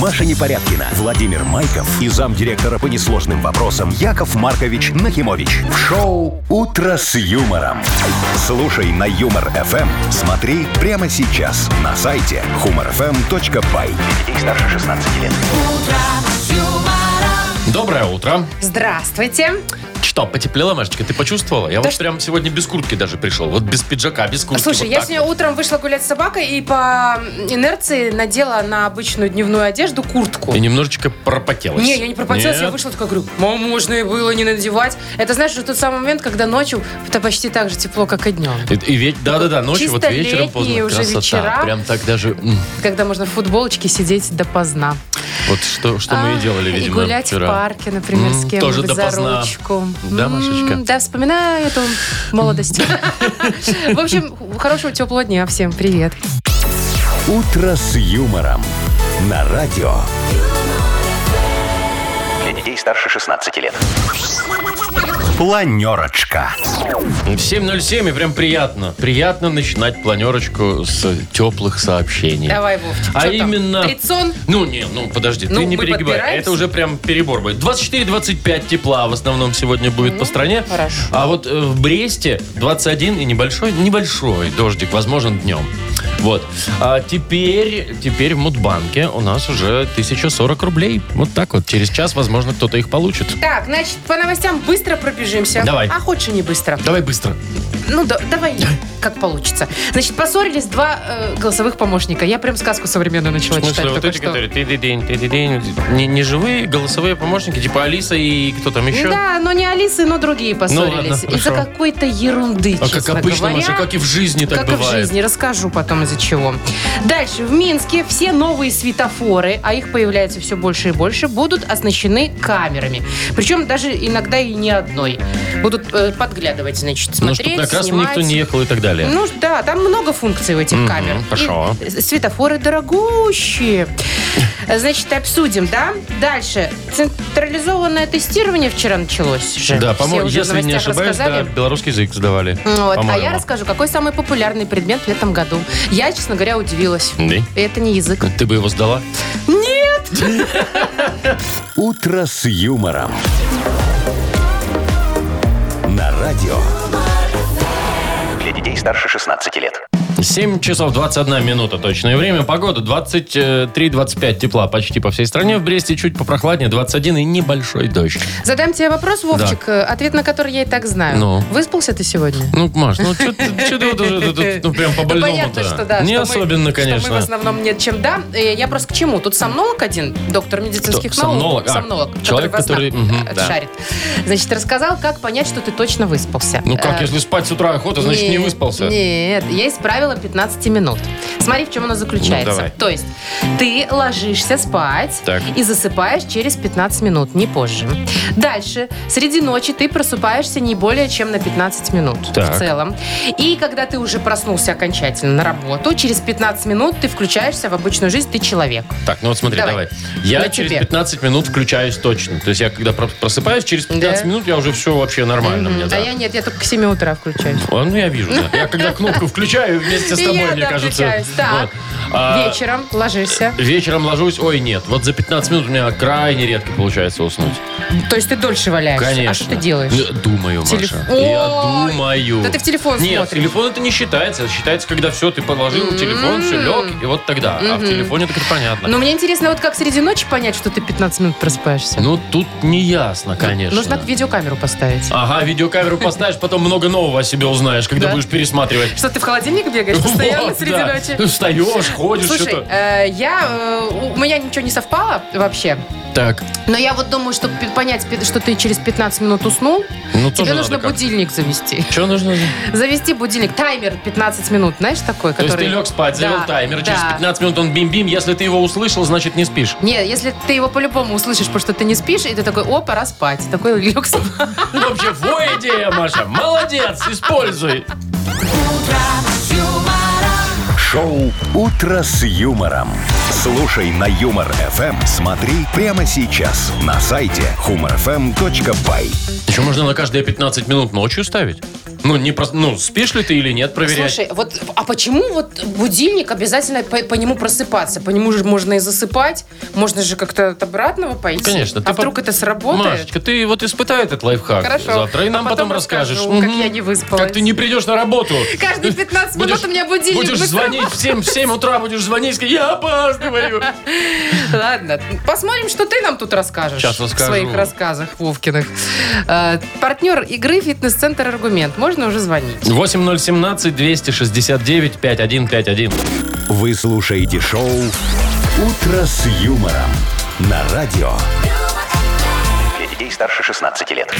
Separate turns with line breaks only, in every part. Маша Непорядкина, Владимир Майков и замдиректора по несложным вопросам Яков Маркович Нахимович. В шоу «Утро с юмором». Слушай на «Юмор-ФМ». Смотри прямо сейчас на сайте humorfm.by. Для детей старше 16 лет.
Доброе утро.
Здравствуйте.
Ну, Что, потеплело, Машечка? Ты почувствовала? Я
Да
вот
ш-
прям сегодня без куртки даже пришел. Вот без пиджака, без куртки.
Слушай,
вот
я
типа так
сегодня
вот.
утром вышла гулять с собакой и по инерции надела на обычную дневную одежду куртку.
И немножечко пропотелась.
Не, я не пропотелась, я
Нет?
вышла такая, говорю, мам, можно и было не надевать. Это, знаешь, уже тот самый момент, когда ночью это почти так же тепло, как и днем.
И, и ведь, да-да-да, ночью, вот
Чисто
вечером поздно.
летние уже
Красота.
вечера.
Прям так даже... м,
Когда можно в футболочке сидеть допоздна.
Вот что, что мы и
А,
делали, видимо,
И гулять
вчера.
в парке, например, с
М,
кем-нибудь
тоже
за
допоздна.
ручку.
Да,
М,
Машечка?
Да, вспоминаю эту молодость. В общем, хорошего теплого дня всем. Привет.
«Утро с юмором» на радио.
Для детей старше 16 лет.
Планерочка.
7.07, и прям приятно. Приятно начинать планерочку с теплых сообщений.
Давай, Вовчик,
А
что там?
именно...
Трицон?
Ну, не, ну, подожди,
Ну,
ты не
мы
перегибай.
подбираемся?
Это уже прям перебор будет. 24-25 тепла в основном сегодня будет по стране.
Ну, хорошо.
А вот э, в Бресте 21 и небольшой, небольшой дождик, возможен днем. Вот. А теперь, теперь в Мудбанке у нас уже 1040 рублей. Вот так вот. Через час, возможно, кто-то их получит.
Так, значит, по новостям быстро пробежимся.
Давай.
А хочешь и не быстро?
Давай быстро.
Ну, да- давай, как получится. Значит, поссорились два э, голосовых помощника. Я прям сказку современную начала
В смысле,
читать
вот
только
эти,
что.
которые ты-ды-дынь, ты-ды-дынь, не, не живые голосовые помощники, типа Алиса и кто там еще?
Да, но не Алисы, но другие
Ну ладно,
поссорились. Из-за
хорошо.
какой-то ерунды,
А как
честно
обычно,
говоря.
Маша, как и в жизни так
как и в
бывает.
жизни, расскажу потом из-за чего. Дальше, в Минске все новые светофоры, а их появляется все больше и больше, будут оснащены камерами. Причем даже иногда и не одной. Будут э, подглядывать, значит,
Ну,
смотреть,
чтобы на красный
снимать.
никто не ехал и так далее.
Ну да, там много функций у этих
Э. Мгм,
камер. И
хорошо.
светофоры дорогущие. Значит, обсудим, да? Дальше. Централизованное тестирование вчера началось же.
да,
Все
по-моему,
уже в
если не
новостях
ошибаюсь, да,
рассказали.
белорусский язык сдавали.
Вот, а я
по-моему.
расскажу, какой самый популярный предмет в этом году. Я, честно говоря, удивилась. И Это не язык.
Да? Ты бы его сдала?
Нет!
«Утро с юмором». На радио.
Для детей старше 16 лет.
7 часов 21 минута точное время. Погода 23-25 тепла почти по всей стране. В Бресте чуть попрохладнее, 21 и небольшой дождь.
Задам тебе вопрос, Вовчик, э, ответ на который я и так знаю.
Ну?
Выспался ты сегодня?
Ну, Маш, ну что ты вот уже тут, ну, прям
Ну, понятно, что
по-больному-то?
да.
Не
что мы-
особенно,
Что мы в
конечно.
основном нет чем, да. Э, Я просто к чему? Тут сомнолог один, доктор медицинских
Кто?
наук.
Сомнолог, а, человек,
во снах,
который, мгм,
э,
да.
шарит. Значит, рассказал, как понять, что ты точно выспался.
Ну как,
Э,
если спать с утра охота, значит не
Нет,
выспался.
Нет, есть правило 15 минут. Смотри, в чем оно заключается.
Ну, давай.
То есть ты ложишься спать
Так.
и засыпаешь через 15 минут, не позже. Дальше, среди ночи ты просыпаешься не более чем на 15 минут
Так.
в целом. И когда ты уже проснулся окончательно на работу, через 15 минут ты включаешься в обычную жизнь, ты человек.
Так, ну вот смотри, давай.
Давай.
Я
На
через
тебе.
15 минут включаюсь точно. То есть я когда про- просыпаюсь, через 15
Да.
минут я уже все вообще нормально
Мгм.
Ну, мне,
а
да.
я нет, я только к 7 утра включаюсь.
А, Ну, я вижу, да. Я когда кнопку включаю вместе с
И
тобой,
я,
мне
да,
кажется.
включаюсь. Так.
Вот. А, э,
Вечером ложишься.
Вечером ложусь, ой, нет. Вот за 15 минут у меня крайне редко получается уснуть.
То есть ты дольше валяешься.
Конечно.
А что ты делаешь?
Ну, Думаю,
Телеф-
Маша.
Ой,
Я думаю.
да ты в телефон
Нет,
смотришь. М-м.
телефон это не считается. Это считается, когда все, ты положил в телефон, все, лег, и вот тогда. А в телефоне так это понятно.
Но мне интересно, вот как среди ночи понять, что ты 15 минут просыпаешься?
Ну, тут не ясно, конечно.
Ну,
А.
Нужно видеокамеру поставить.
Ага, видеокамеру поставишь, потом много нового о себе узнаешь, когда
Да?
будешь пересматривать.
Что, ты в холодильник бегаешь постоянно
Вот,
среди
да.
ночи?
Встаешь, ходишь,
Слушай,
что-то.
э, я, э, у у меня ничего не совпало вообще,
Так,
но я вот думаю, чтобы понять, пи- что ты через 15 минут уснул,
ну тоже
тебе нужно
надо как.
будильник завести.
Что нужно?
Завести будильник, таймер 15 минут, знаешь, такой,
То
который...
есть ты лег спать, завел
Да,
таймер, через
да.
15 минут он бим-бим, если ты его услышал, значит не спишь.
Не, если ты его по-любому услышишь, потому что ты не спишь, и ты такой, о, пора спать. Такой лег спать.
Ну, Вообще, во идея, Маша, молодец, используй.
Шоу «Утро с юмором». Слушай на Юмор ФМ. Смотри прямо сейчас на сайте humorfm.by.
Еще можно на каждые 15 минут ночью ставить? Ну, не просто, ну, спишь ли ты или нет, проверять.
Слушай, вот, а почему вот будильник обязательно по, по нему просыпаться? По нему же можно и засыпать, можно же как-то от обратного пойти.
Конечно, ты
А вдруг
по-
это сработает?
Машечка, ты вот испытай этот лайфхак
Хорошо.
завтра и нам
А
потом,
потом
расскажешь.
расскажу, как
Мгм.
я не выспалась.
Как ты не придешь на работу.
Каждые 15 минут у меня будильник.
Будешь
быстро.
звонить в 7, в 7 утра, будешь звонить, сказать, я опаздываю.
Ладно, посмотрим, что ты нам тут расскажешь.
Сейчас расскажу.
В своих рассказах Вовкиных. Э, партнер игры «Фитнес-центр Аргумент». Можно уже звонить.
8017-269-5151.
Вы слушаете шоу «Утро с юмором» на радио.
Для детей старше 16 лет.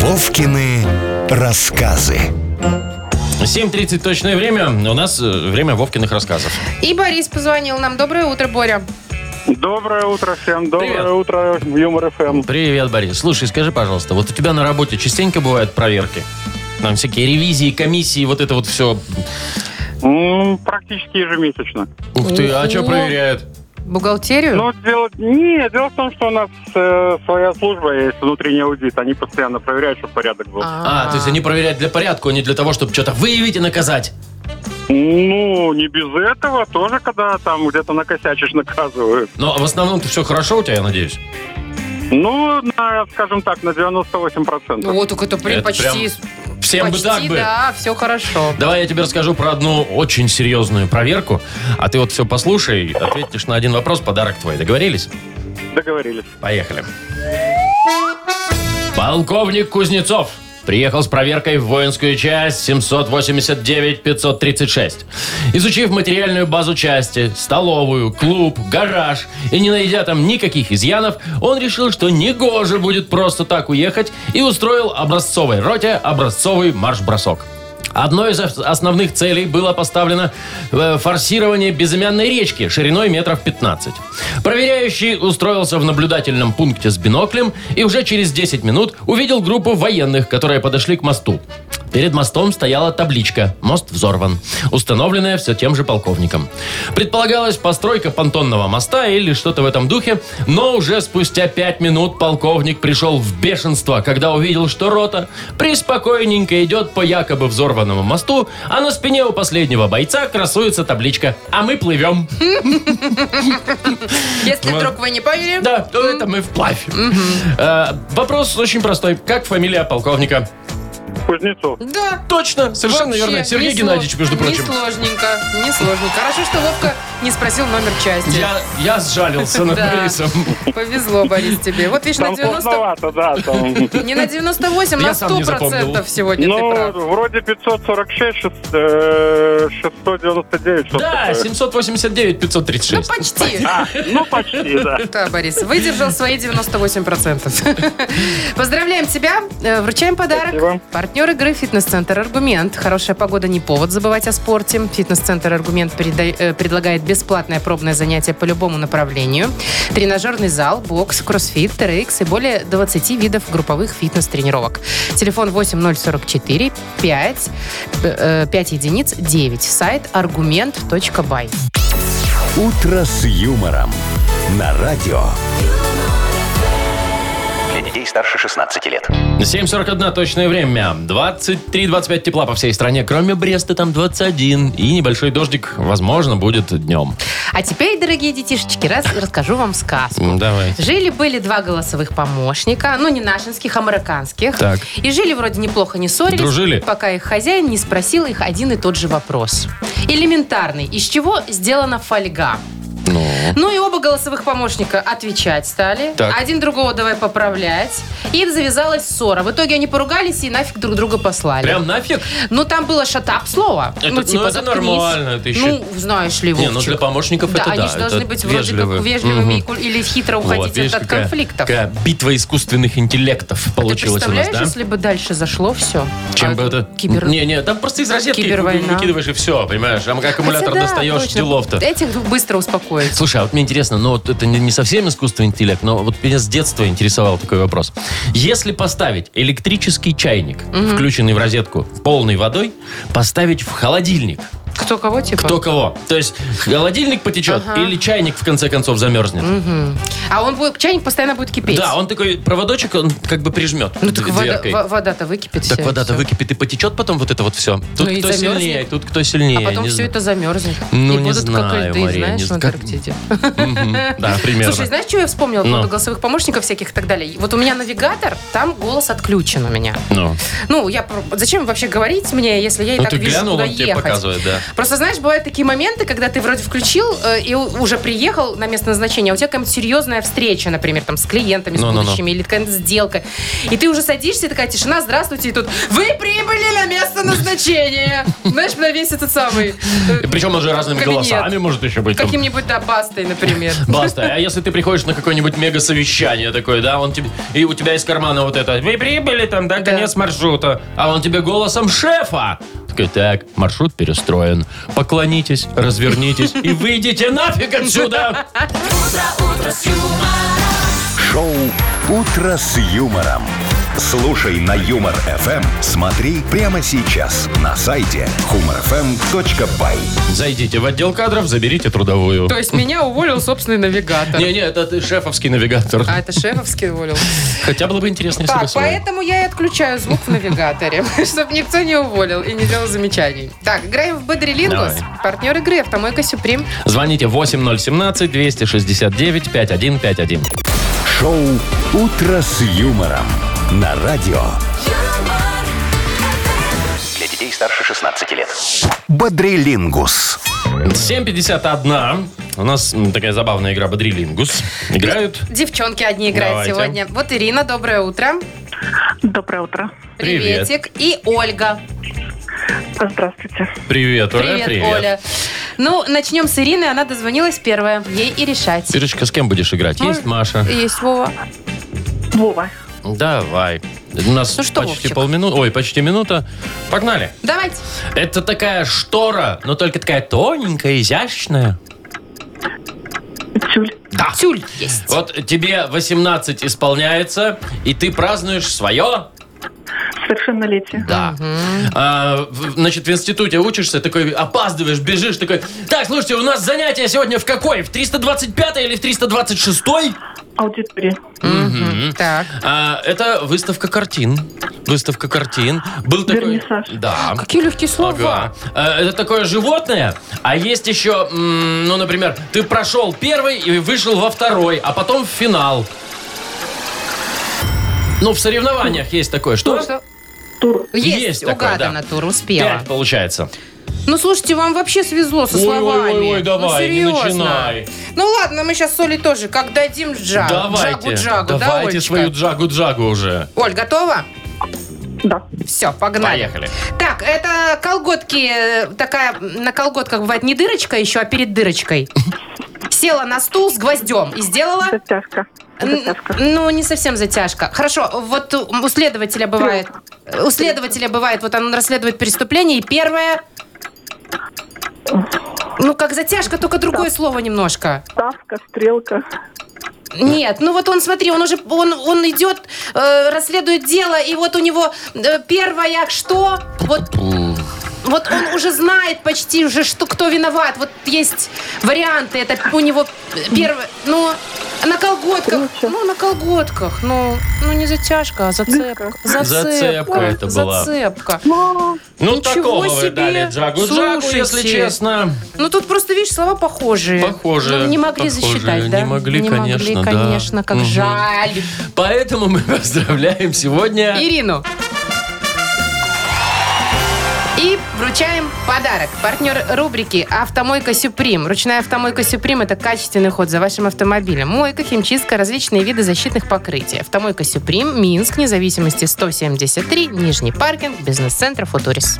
Вовкины рассказы.
7.30 точное время. У нас э, время Вовкиных рассказов.
И Борис позвонил нам. Доброе утро, Боря.
Доброе утро всем, доброе
Привет.
утро, Юмор ФМ.
Привет, Борис. Слушай, скажи, пожалуйста, вот у тебя на работе частенько бывают проверки? Там всякие ревизии, комиссии, вот это вот все.
М, Практически ежемесячно.
Ух ты, а
Ого.
что проверяют?
Бухгалтерию?
Но дело, не, дело в том, что у нас э, своя служба есть, внутренний аудит. Они постоянно проверяют, чтобы порядок был.
А, то есть они проверяют для порядка, а не для того, чтобы что-то выявить и наказать.
Ну, не без этого. Тоже, когда там где-то накосячишь, наказывают.
Но в основном-то все хорошо у тебя, я надеюсь.
Ну, на, скажем так, на 98%.
Ну, вот только это прям
Это
почти...
Всем
почти,
бы так бы.
да, все хорошо.
Давай я тебе расскажу про одну очень серьезную проверку, а ты вот все послушай, ответишь на один вопрос, подарок твой. Договорились?
Договорились.
Поехали. Полковник Кузнецов приехал с проверкой в воинскую часть 789-536. Изучив материальную базу части, столовую, клуб, гараж и не найдя там никаких изъянов, он решил, что негоже будет просто так уехать и устроил образцовой роте образцовый марш-бросок. Одной из ос- основных целей было поставлено э, форсирование безымянной речки шириной метров 15. Проверяющий устроился в наблюдательном пункте с биноклем и уже через 10 минут увидел группу военных, которые подошли к мосту. Перед мостом стояла табличка «Мост взорван», установленная все тем же полковником. Предполагалась постройка понтонного моста или что-то в этом духе, но уже спустя пять минут полковник пришел в бешенство, когда увидел, что рота приспокойненько идет по якобы взорванному мосту, а на спине у последнего бойца красуется табличка «А мы плывем».
Если
Вот.
вдруг вы не поняли...
Ну, Да, ну это мы вплавь. Э, Вопрос очень простой. Как фамилия полковника?
Кузнецов.
Да,
Точно, совершенно
вообще,
верно. Сергей
не
Геннадьевич,
сло-
между прочим.
Несложненько, несложненько. Хорошо, что Вовка не спросил номер части.
Я, я сжалился над
Да.
Борисом.
Повезло, Борис, тебе. Вот видишь, на
Там
90...
сложновато, да. Там.
Не на 98,
Я
на
сам не
100
запомнил.
процентов сегодня ты
Ну,
прав.
вроде 546, шест- э, 699. что-то
Да,
такое.
789-536.
Почти.
А, ну, почти, да.
Да, Борис, выдержал свои 98%. Поздравляем тебя, э, вручаем подарок.
Спасибо.
Партнер игры «Фитнес-центр Аргумент». Хорошая погода не повод забывать о спорте. «Фитнес-центр Аргумент» переда- э, предлагает бесплатное пробное занятие по любому направлению. Тренажерный зал, бокс, кроссфит, TRX и более 20 видов групповых фитнес-тренировок. Телефон 8044 5, э, 5 единиц 9. Сайт аргумент.бай.
«Утро с юмором» на радио.
Для детей старше 16 лет.
7.41 точное время. 23-25 тепла по всей стране, кроме Бреста, там 21. И небольшой дождик, возможно, будет днем.
А теперь, дорогие детишечки, раз расскажу вам сказку.
М, Давай.
Жили-были два голосовых помощника, ну, не нашинских, американских.
Так.
И жили вроде неплохо, не ссорились.
Дружили?
Пока их хозяин не спросил их один и тот же вопрос. Элементарный. Из чего сделана фольга?
Ну.
Ну и оба голосовых помощника отвечать стали.
Так.
Один другого давай поправлять. И завязалась ссора. В итоге они поругались и нафиг друг друга послали.
Прям нафиг?
Ну, там было шатап слово.
Это- ну,
ну, типа,
это
заткнись.
нормально, это еще-
Ну, знаешь ли,
Не, ну,
Вовчик.
для помощников это да,
они же должны
это
быть вроде как
вежливо.
вежливыми
Мгм.
и куль- или хитро
Вот,
уходить от-
видишь,
от,
какая-
конфликтов. А
какая битва искусственных интеллектов
Ты
получилась у нас,
представляешь,
да?
если бы дальше зашло все?
Чем бы это...
Кибер...
Не-не, там просто из розетки
Кибервойна.
выкидываешь и все, понимаешь? А аккумулятор
Хотя да,
достаешь,
точно.
делов-то.
Этих быстро успокоить.
Слушай, а вот мне интересно, но вот это не, не совсем искусственный интеллект, но вот меня с детства интересовал такой вопрос. Если поставить электрический чайник, включенный в розетку, полной водой, поставить в холодильник,
Кто кого, типа?
Кто кого? То есть холодильник потечет
Ага.
или чайник в конце концов замерзнет?
А он будет, чайник постоянно будет кипеть.
Да, он такой проводочек, он как бы прижмет
Ну так вода-
дверкой.
во- вода-то выкипит
Так
вся,
вода-то
всё.
выкипит и потечет потом вот это вот все. Тут
Ну и
кто
замерзнет.
сильнее, тут кто сильнее.
А потом
не
все
знаю.
это замерзнет.
Ну, не
и будут как
знаю,
льды,
Мария,
знаешь,
не
в
знаю, как-
Антарктиде.
Мгм, Да, примерно.
Слушай, знаешь, что я вспомнила по
Ну.
поводу голосовых помощников всяких и так далее? Вот у меня навигатор, там голос отключен у меня.
Ну,
Ну, я про- зачем вообще говорить мне, если я и
Ну,
так
ты
вижу,
глянул,
куда
он тебе
ехать?
показывает, да.
Просто, знаешь, бывают такие моменты, когда ты вроде включил э, и у- уже приехал на место назначения, а у тебя какая-нибудь серьезная встреча, например, там с клиентами, с
Ну-ну-ну.
будущими, или какая-то сделка. И ты уже садишься, и такая тишина, здравствуйте, и тут вы прибыли на место назначения. Знаешь, на весь этот самый... э,
Причем уже разными
кабинет.
голосами может еще быть. там.
Каким-нибудь, да, бастой, например.
Баста, а если ты приходишь на какое-нибудь мега-совещание такое, да, он тебе, и у тебя из кармана вот это, вы прибыли там, да, конец маршрута, а он тебе голосом шефа. Такой, так, маршрут перестроен, поклонитесь, развернитесь и выйдите нафиг отсюда.
Шоу «Утро с юмором». Слушай на Юмор ФМ. Смотри прямо сейчас на сайте humorfm.by.
Зайдите в отдел кадров, заберите трудовую.
То есть меня уволил собственный навигатор.
Не-не, это ты шефовский навигатор.
А это шефовский уволил.
Хотя было бы интересно, если бы
Так,
свой.
поэтому я и отключаю звук в навигаторе, чтобы никто не уволил и не делал замечаний. Так, играем в Бодрилингус.
Давай.
Партнер игры «Автомойка Сюприм».
Звоните 8017-269-5151.
Шоу «Утро с юмором» на радио.
юмор,
Для детей старше 16 лет.
Бодрилингус.
7.51. У нас м, такая забавная игра «Бодрилингус». Играют
Девчонки одни играют
Давайте.
сегодня. Вот Ирина, доброе утро.
Доброе утро.
Привет.
Приветик. И Ольга.
Здравствуйте.
Привет, Оля. Привет,
Оля. Ну, начнем с Ирины. Она дозвонилась первая. Ей и решать.
Ирочка, с кем будешь играть? Есть
Может,
Маша?
Есть Вова.
Вова.
Давай. У нас
Ну что,
почти
Вовчик?
полминуты. Ой, почти минута. Погнали.
Давайте.
Это такая штора, но только такая тоненькая, изящная.
Тюль.
Да.
Тюль есть.
Вот тебе 18 исполняется, и ты празднуешь свое.
Совершеннолетие.
Да. А, в- значит, в институте учишься, такой опаздываешь, бежишь, такой. Так, слушайте, у нас занятие сегодня в какой? В 325 или в 326?
Аудитория.
Мгм. Так.
А, это выставка картин. Выставка картин. Был такой...
Вернисаж.
Да.
Какие легкие
Ага.
слова.
А, Это такое животное, а есть еще, м, ну, например, ты прошел первый и вышел во второй, а потом в финал. Ну, в соревнованиях есть такое. Что?
Ну, что?
Тур.
Есть,
Есть такое,
угадана
да.
тур, успела.
Пять получается.
Ну, слушайте, вам вообще свезло со
Ой, ой,
словами. Ну,
ой, ой, давай, не
серьезно.
начинай.
Ну, ладно, мы сейчас с Олей тоже, как дадим джа,
давайте,
джагу-джагу, да,
давайте
Олечка?
свою джагу-джагу уже.
Оль, готова?
Да.
Все, погнали.
Поехали.
Так, это колготки, э, такая, м, на колготках бывает не дырочка еще, а перед дырочкой. Села на стул с гвоздем и сделала...
Затяжка.
Н-
Затяжка.
Ну, не совсем затяжка. Хорошо, вот у у следователя бывает... э, У следователя бывает, вот он расследует преступление, и первое... Ну, как затяжка, только другое слово немножко.
Ставка, стрелка.
Нет, ну вот он, смотри, он уже, он, он идет, э, расследует дело, и вот у него э, первое что, вот, вот он уже знает почти уже, что, кто виноват. Вот есть варианты, это у него первое, ну, на колготках,
Круче.
ну, на колготках, ну, ну не затяжка, а зацепка. Зацепка,
Зацепка это была.
Зацепка.
О,
Ну,
Ничего
такого вы
себе.
дали джагу-джагу, если
Слушайте.
честно.
Ну, тут просто, видишь, слова похожие.
Похожие,
Ну, не могли
похожие.
засчитать,
Не
да?
могли, конечно, да.
конечно, как
Мгм.
жаль.
Поэтому мы поздравляем сегодня...
Ирину. И вручаем подарок. Партнер рубрики «Автомойка Сюприм». Ручная автомойка Сюприм – это качественный ход за вашим автомобилем. Мойка, химчистка, различные виды защитных покрытий. Автомойка Сюприм, Минск, независимости 173, Нижний паркинг, бизнес-центр «Футурис».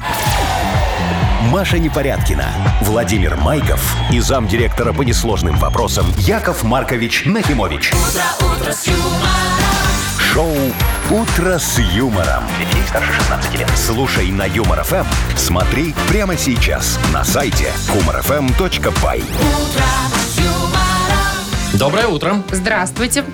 Маша Непорядкина, Владимир Майков и замдиректора по несложным вопросам Яков Маркович Нахимович. Шоу «Утро с юмором».
Для детей старше 16 лет.
Слушай на Юмор ФМ, смотри прямо сейчас на сайте humorfm.by.
Доброе утро.
Здравствуйте.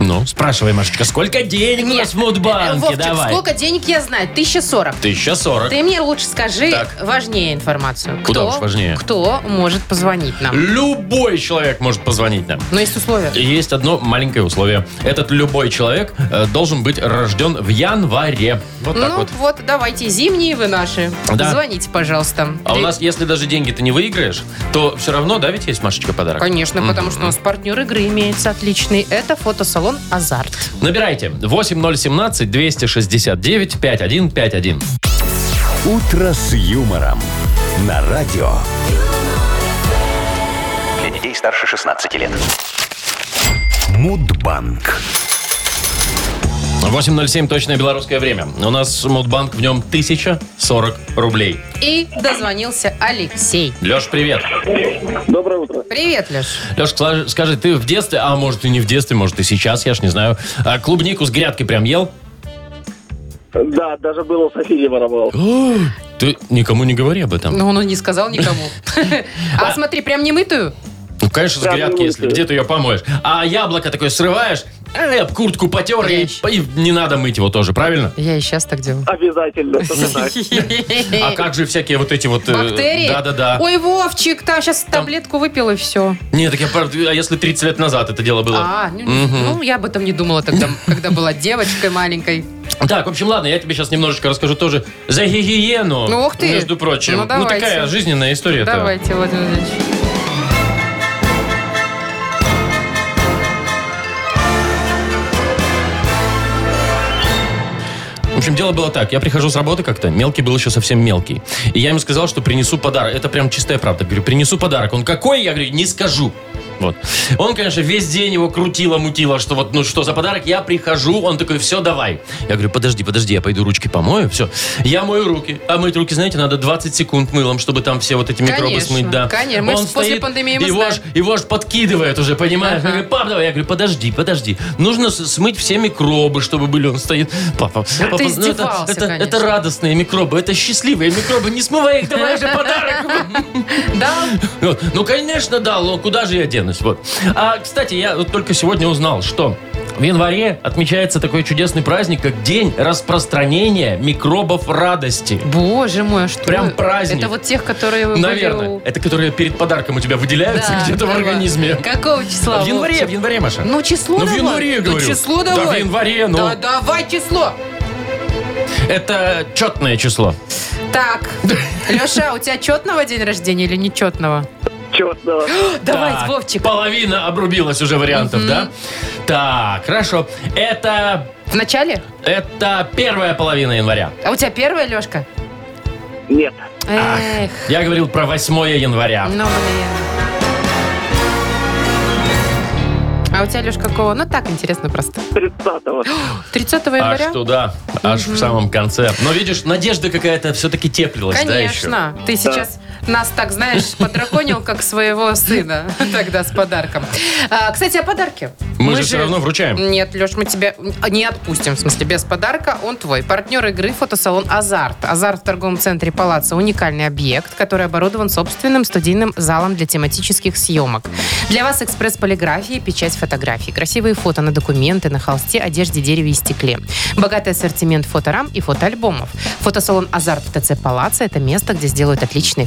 Ну, спрашивай, Машечка, сколько денег у нас в
Э,
Мудбанке?
Вовчик,
Давай.
сколько денег я знаю? 1040.
Тысяча сорок.
Ты мне лучше скажи
Так.
важнее информацию.
Куда уж важнее?
Кто может позвонить нам? Ну,
Любой человек может позвонить нам.
Но есть условия.
Есть одно маленькое условие. Этот любой человек э, должен быть рожден в январе. Вот так
ну
вот.
вот. давайте, зимние вы наши.
Да.
Звоните, пожалуйста.
А у
Три-
нас, если даже деньги ты не выиграешь, то все равно, да, ведь есть Машечка подарок?
Конечно, потому что у нас партнер игры имеется отличный. Это фотосалон «Азарт».
Набирайте 8017-269-5151.
«Утро с юмором» на радио.
Для детей старше 16 лет.
Мудбанк.
8.07 точное белорусское время. У нас Мудбанк в нем 1040 рублей.
И дозвонился Алексей.
Леш, привет.
Доброе утро.
Привет, Леш.
Леш, кла- скажи, ты в детстве, а может и не в детстве, может и сейчас, я ж не знаю, а клубнику с грядки прям ел?
Да, даже был у соседей воровал.
Ты никому не говори об этом.
Ну, он и не сказал никому. А смотри, прям не мытую?
Ну, конечно, с
Прям
грядки,
не
если
мыслю.
где ты ее помоешь. А яблоко такое срываешь, э, об куртку потер, и,
Прячь.
и не надо мыть его тоже, правильно?
Я и сейчас так делаю.
Обязательно. вспоминай.
А как же всякие вот эти вот... э,
Бактерии?
Да-да-да.
Ой, Вовчик, там сейчас таблетку выпил и все.
Нет, так я... пор- А если 30 лет назад это дело было?
А, ну, ну, я об этом не думала тогда, когда была девочкой маленькой.
Так, в общем, ладно, я тебе сейчас немножечко расскажу тоже за гигиену.
Ну, ух ты.
Между прочим.
Ну, давайте.
такая жизненная история.
Давайте, Владимир Владимирович.
В общем, дело было так. Я прихожу с работы как-то. Мелкий был еще совсем мелкий. И я ему сказал, что принесу подарок. Это прям чистая правда. Говорю, принесу подарок. Он какой? Я говорю, не скажу. Вот. Он, конечно, весь день его крутило, мутило, что вот, ну что за подарок, я прихожу, он такой, все, давай. Я говорю, подожди, подожди, я пойду ручки помою, все. Я мою руки, а мыть руки, знаете, надо 20 секунд мылом, чтобы там все вот эти микробы
Конечно,
смыть, да.
конечно. Мы ж после пандемии мы
его
знаем.
ж его аж подкидывает уже, понимаешь? Я говорю, пап, давай. Я говорю, подожди, подожди. Нужно с- смыть все микробы, чтобы были. Он стоит, папа, папа,
ты
ну это,
издевался,
это,
конечно.
это радостные микробы, это счастливые микробы, не смывай их, давай же подарок.
Да,
Вот. Ну, конечно, да, но куда же я денусь? Вот. А, кстати, я вот только сегодня узнал, что в январе отмечается такой чудесный праздник, как День распространения микробов радости.
Боже мой, а что?
Прям
вы-
праздник.
Это вот тех, которые вы были
Наверное.
у-
Это которые перед подарком у тебя выделяются
Да,
где-то в
да.
организме. А
Какого числа?
В январе, в
Вовчик?
январе, Маша.
Ну, число
Ну, в
давай.
январе,
Ну,
говорю.
число
Да, в
давай.
январе, ну.
Да, давай число.
Это четное число.
Так, Леша, у тебя четного день рождения или нечетного?
Четного.
Давай,
Так,
Вовчик.
Половина обрубилась уже вариантов, да? Так, хорошо. Это...
В начале?
Это первая половина января.
А у тебя первая, Лешка?
Нет.
Эх,
Я говорил про 8 января.
ну блин. А у тебя, Леш, какого? Ну так интересно просто.
30-го.
30
Аж
января?
туда, аж в самом конце. Но видишь, надежда какая-то все-таки теплилась, да, еще?
Конечно. Ты сейчас нас так, знаешь, подраконил, как своего сына тогда с подарком. А, кстати, о подарке.
Мы, же, все равно вручаем.
Нет, Леш, мы тебя не отпустим, в смысле, без подарка. Он твой. Партнер игры фотосалон «Азарт». «Азарт» в торговом центре «Палаца» – уникальный объект, который оборудован собственным студийным залом для тематических съемок. Для вас экспресс полиграфии, печать фотографий, красивые фото на документы, на холсте, одежде, дереве и стекле. Богатый ассортимент фоторам и фотоальбомов. Фотосалон «Азарт» в ТЦ «Палаца» – это место, где сделают отличные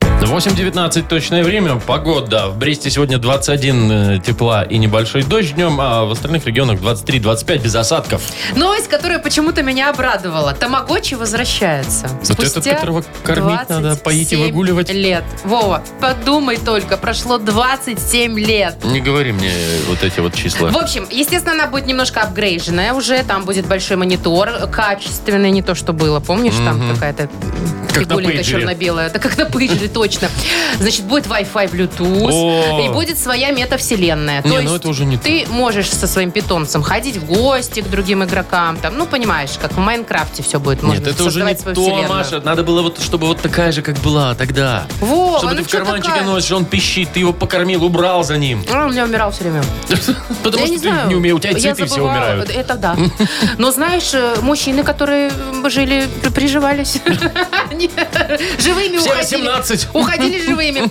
8.19 точное время, погода. В Бресте сегодня 21 э, тепла и небольшой дождь днем, а в остальных регионах 23-25 без осадков.
Новость, которая почему-то меня обрадовала. Тамагочи возвращается.
Вот этот, которого кормить надо, поить и
27
выгуливать.
лет. Вова, подумай только, прошло 27 лет.
Не говори мне вот эти вот числа.
В общем, естественно, она будет немножко апгрейженная уже. Там будет большой монитор, э, качественный, не то, что было. Помнишь, там какая-то м,
Как на
фигуренька
пейджере.
черно-белая. Да как на пейджере, точно. Значит, будет Wi-Fi, Bluetooth,
О.
и будет своя метавселенная.
Не,
То
ну
есть
это уже не то.
ты можешь со своим питомцем ходить в гости к другим игрокам, там, ну, понимаешь, как в Майнкрафте все будет.
Нет,
Можно
это уже не
создавать
то,
свою вселенную.
Маша. Надо было вот, чтобы вот такая же, как была тогда.
Вова,
чтобы
ну
ты в
чё
карманчике
такая?
носишь, он пищит, ты его покормил, убрал за ним.
А, Он у меня умирал все время.
Потому
Я
что
не
ты
знаю.
не умеешь, у тебя
Я
цветы все
забывала.
умирают.
Это да. Но знаешь, э, мужчины, которые м, жили, при- приживались, они живыми
Все
уходили.
18.
Уходили живыми.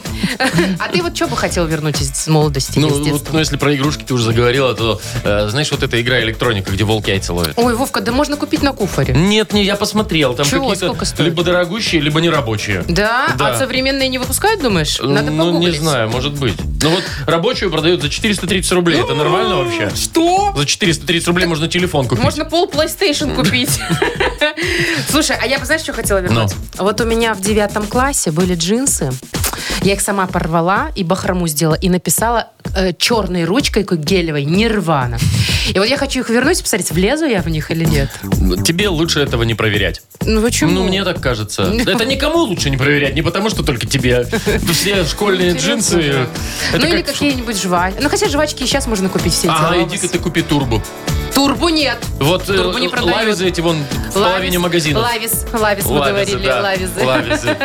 А ты вот что бы хотел вернуть из молодости,
Ну,
из
вот, ну,
детства?
если про игрушки ты уже заговорила, то э, знаешь, вот эта игра электроника, где волки яйца ловят.
Ой, Вовка, да можно купить на куфоре.
Нет, не, я посмотрел. Там
Чего?
какие-то
Сколько стоит?
либо дорогущие, либо нерабочие.
Да?
Да.
А современные не выпускают, думаешь? Надо
ну, не
погуглить.
знаю, может быть. Ну вот рабочую продают за 430 рублей. Это нормально вообще?
Что?
За 430 рублей можно телефон купить.
Можно пол PlayStation купить. Слушай, а я бы, знаешь, что хотела вернуть?
Ну.
Вот у меня в девятом классе были джинсы. Я их сама порвала и бахрому сделала. И написала э, черной ручкой, как гелевой, нирвана. И вот я хочу их вернуть, посмотреть, влезу я в них или нет.
Тебе лучше этого не проверять.
Ну почему?
Ну, мне так кажется. Это никому лучше не проверять, не потому что только тебе. Все школьные
Интересно
джинсы.
же.
это
ну или
как-
какие-нибудь жвачки. Ну хотя жвачки и сейчас можно купить все
Ага,
дела.
иди-ка ты купи турбу.
Турбу нет.
Вот э,
Турбу не продают.
лавизы эти вон в половине магазинов.
Лавис, лавис, мы говорили,
да,
лавизы.
лавизы.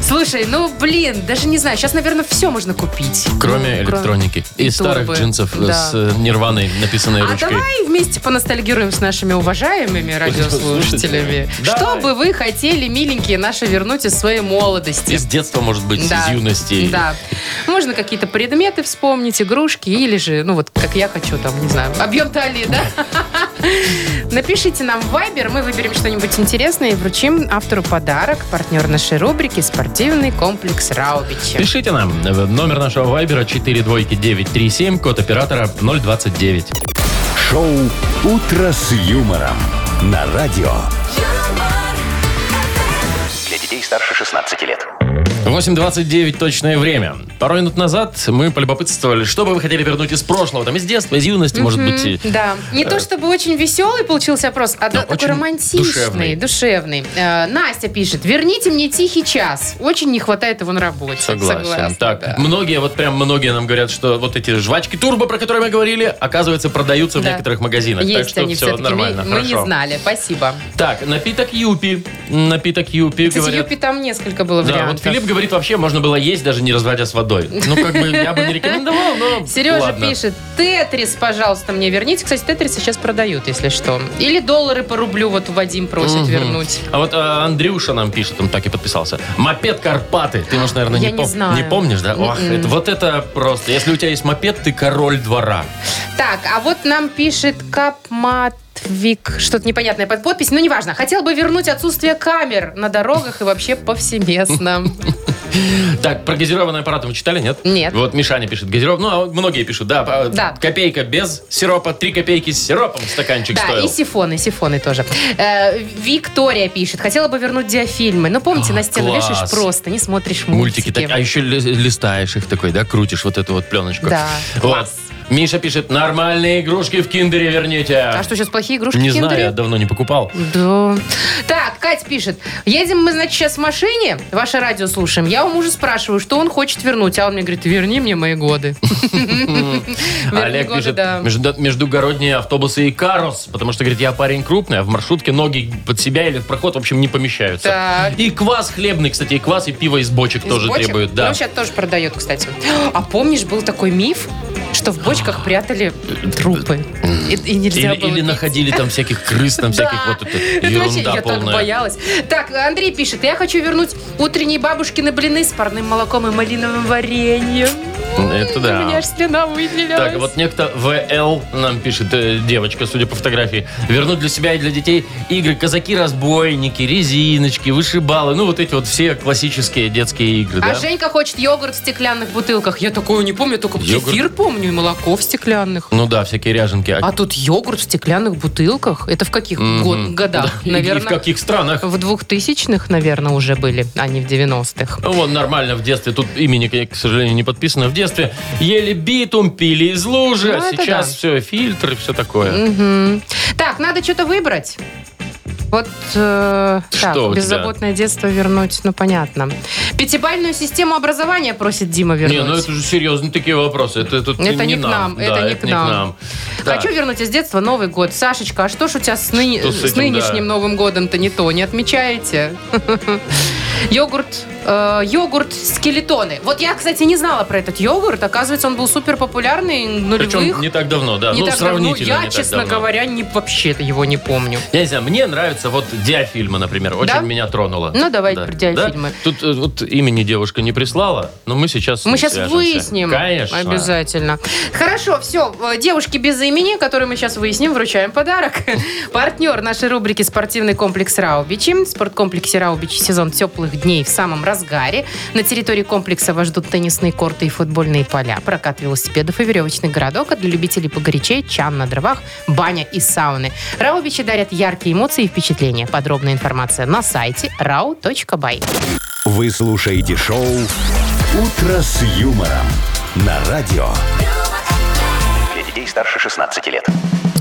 Слушай, ну блин, даже не знаю, сейчас, наверное, все можно купить.
Кроме
Ну,
электроники. И
турбо,
старых джинсов э,
да.
с э, нирваной, написанной
А
ручкой.
давай вместе поностальгируем с нашими уважаемыми радиослушателями.
Давай.
Что бы вы хотели, миленькие наши, вернуть из своей молодости?
Из детства, может быть,
Да.
из юности.
Да. Можно какие-то предметы вспомнить, игрушки, или же, ну вот, как я хочу, там, не знаю, объем талии, да? Напишите нам в Viber, мы выберем что-нибудь интересное и вручим автору подарок, партнер нашей рубрики «Спортивный комплекс Раубичи».
Пишите нам. Э, Номер нашего вайбера 42937, код оператора 029.
Шоу «Утро с юмором» на радио.
Для детей старше 16 лет.
8.29 точное время. Пару минут назад мы полюбопытствовали, что бы вы хотели вернуть из прошлого, там, из детства, из юности, может быть. и-
Да, не то чтобы очень веселый получился опрос, а
но
такой
Э. очень
романтичный,
душевный.
душевный. Э, Настя пишет, верните мне тихий час, очень не хватает его на работе.
Согласен. так,
да.
многие, вот прям многие нам говорят, что вот эти жвачки турбо, про которые мы говорили, оказывается, продаются в
Да.
некоторых магазинах. так
Есть
что
они
все
все-таки,
нормально,
мы, мы
хорошо.
не знали, спасибо.
Так, напиток Юпи. Напиток Юпи,
Кстати,
говорят.
Юпи там несколько было
Да, вот
вариантов.
Филипп говорит, вообще можно было есть, даже не разводя с водой. Ну, как бы я бы не рекомендовал, но
Сережа
ладно.
пишет, тетрис, пожалуйста, мне верните. Кстати, тетрис сейчас продают, если что. Или доллары по рублю, вот Вадим просит
Мгм.
вернуть.
А вот а, Андрюша нам пишет, он так и подписался. Мопед Карпаты. Ты, может, наверное, не,
Я не
пом-
знаю. М-м.
не помнишь, да? Ох,
Мгм.
это, вот это просто. Если у тебя есть мопед, ты король двора.
Так, а вот нам пишет Капматвик, что-то непонятное под подпись, но неважно. Хотел бы вернуть отсутствие камер на дорогах и вообще повсеместно.
Так, про газированный аппарат вы читали, нет?
Нет.
Вот Мишаня пишет газиров. Ну, а вот многие пишут, да. а,
Да.
Копейка без сиропа, три копейки с сиропом стаканчик
Да,
стоил.
и сифоны, сифоны тоже. Э, Виктория пишет, хотела бы вернуть диафильмы. Ну, помните,
А,
на стену
класс.
вешаешь просто, не смотришь мультики.
Мультики, так, а еще ли- листаешь их такой, да, крутишь вот эту вот пленочку.
Да,
Вот.
класс.
Миша пишет, нормальные игрушки в киндере верните.
А что, сейчас плохие игрушки
Не
в киндере?
знаю, я давно не покупал.
Да. Так, Кать пишет. Едем мы, значит, сейчас в машине, ваше радио слушаем. Я у мужа спрашиваю, что он хочет вернуть. А он мне говорит, верни мне мои годы. Верни
Олег
годы,
пишет,
да.
между- междугородние автобусы и карус, потому что, говорит, я парень крупный, а в маршрутке ноги под себя или в проход, в общем, не помещаются.
Так.
И квас хлебный, кстати, и квас, и пиво из бочек
Из
тоже
бочек?
требуют. Да.
Ну, сейчас тоже продает, кстати. А помнишь, был такой миф, что в бочках прятали трупы. И, и нельзя
Э, Или,
было
или
пить.
находили там всяких крыс, там всяких
Да.
вот это
Это вообще,
ерунда
я так
полная.
боялась. Так, Андрей пишет, я хочу вернуть утренние бабушкины блины с парным молоком и малиновым вареньем.
Это да.
У меня аж слюна выделилась.
Так, вот некто ВЛ нам пишет, э, девочка, судя по фотографии, вернуть для себя и для детей игры казаки-разбойники, резиночки, вышибалы, ну вот эти вот все классические детские игры, да?
А Женька хочет йогурт в стеклянных бутылках. Я такое не помню, я только
Йогурт?
кефир помню и молоко в стеклянных.
Ну да, всякие ряженки.
А тут йогурт в стеклянных бутылках? Это в каких
Мгм.
год- годах?
Да, и- И в
Наверное,
каких странах?
в 2000-х, наверное, уже были, а не в 90-х.
Ну, вон, нормально в детстве. Тут имени, к сожалению, не подписано. В детстве ели битум, пили из лужи.
Ну,
а
это
сейчас
да.
все, фильтры, все такое.
Мгм. Так, надо что-то выбрать. Вот э, так,
Что у тебя?
беззаботное детство вернуть, ну понятно. Пятибальную систему образования просит Дима вернуть.
Не, ну это же серьезные такие вопросы. Это, тут
Это не к нам,
Да,
это не к нам. А
Да.
Хочу вернуть из детства Новый год. Сашечка, а что ж у тебя с, ны-
Что с
с
этим,
нынешним
да.
Новым годом-то не то? Не отмечаете? Йогурт, э, йогурт скелетоны. Вот я, кстати, не знала про этот йогурт. Оказывается, он был супер популярный нулевых.
Причем не так давно, да.
Не
ну,
так давно.
сравнительно
Я,
не так
честно
давно.
говоря, не, вообще-то его не помню.
Я не знаю, мне нравится вот диафильмы, например. Очень
Да?
меня тронуло.
Ну, давай про диафильмы.
Да? Тут э, вот имени девушка не прислала, но мы сейчас с ней
Мы сейчас
свяжемся.
выясним.
Конечно.
Обязательно. Хорошо, все. Девушки без имени, которые мы сейчас выясним, вручаем подарок. Партнер нашей рубрики «Спортивный комплекс Раубичи». В спорткомплексе Раубичи сезон теплых дней в самом разгаре. На территории комплекса вас ждут теннисные корты и футбольные поля, прокат велосипедов и веревочный городок, а для любителей погорячей чан на дровах, баня и сауны. Раубичи дарят яркие эмоции и впечатления. Подробная информация на сайте rau.by.
Вы слушаете шоу «Утро с юмором» на радио.
Для детей старше 16 лет.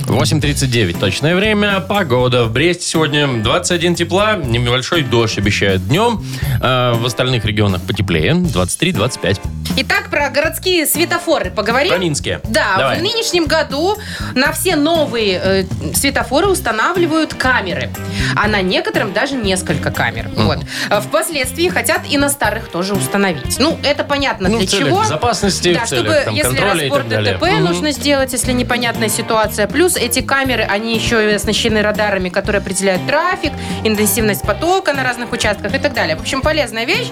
8.39 точное время. Погода в Бресте сегодня 21 тепла. Небольшой дождь обещают днем. А в остальных регионах потеплее. 23-25.
Итак, про городские светофоры поговорим.
Про Минске.
Да,
Давай.
в нынешнем году на все новые э, светофоры устанавливают камеры, а на некотором даже несколько камер. Вот. А Впоследствии хотят и на старых тоже установить. Ну, это понятно
Ну,
для
в целях
чего.
безопасности,
да,
в целях,
чтобы
там,
если
контроля и
разбор
так далее.
ДТП
Мгм.
нужно сделать, если непонятная ситуация. Плюс эти камеры, они еще и оснащены радарами, которые определяют трафик, интенсивность потока на разных участках и так далее. В общем, полезная вещь.